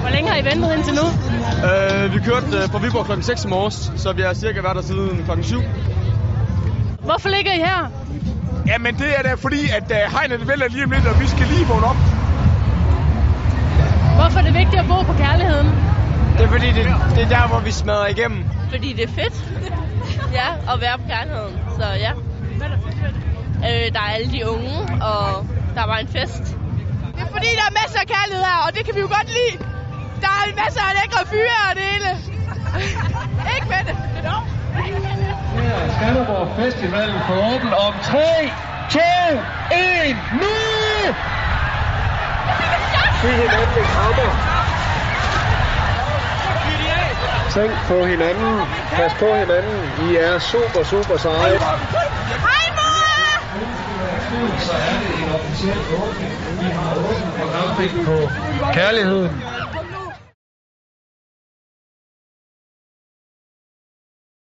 Hvor længe har I ventet indtil nu? Øh, vi kørte øh, fra Viborg klokken 6 i morges, så vi har cirka været der siden klokken 7. Hvorfor ligger I her? Jamen det er da fordi, at øh, hegnet vælger lige om lidt, og vi skal lige vågne op. Hvorfor er det vigtigt at bo på kærligheden? Det er fordi, det, det er der, hvor vi smadrer igennem. fordi det er fedt. ja, at være på kærligheden. Så ja. Hvad er der for øh, Der er alle de unge, og der var en fest. Det er fordi, der er masser af kærlighed her, og det kan vi jo godt lide. Der er masser af lækre fyre og det hele. Ikke med det? Her er Skanderborg Festivalen for åben om 3, 2, 1, nu! Fy hinanden i krammer. Tænk på hinanden. Pas på hinanden. I er super, super seje. Hej mor! Så er det en officiel åbning. Vi har åbent programpligt på kærligheden.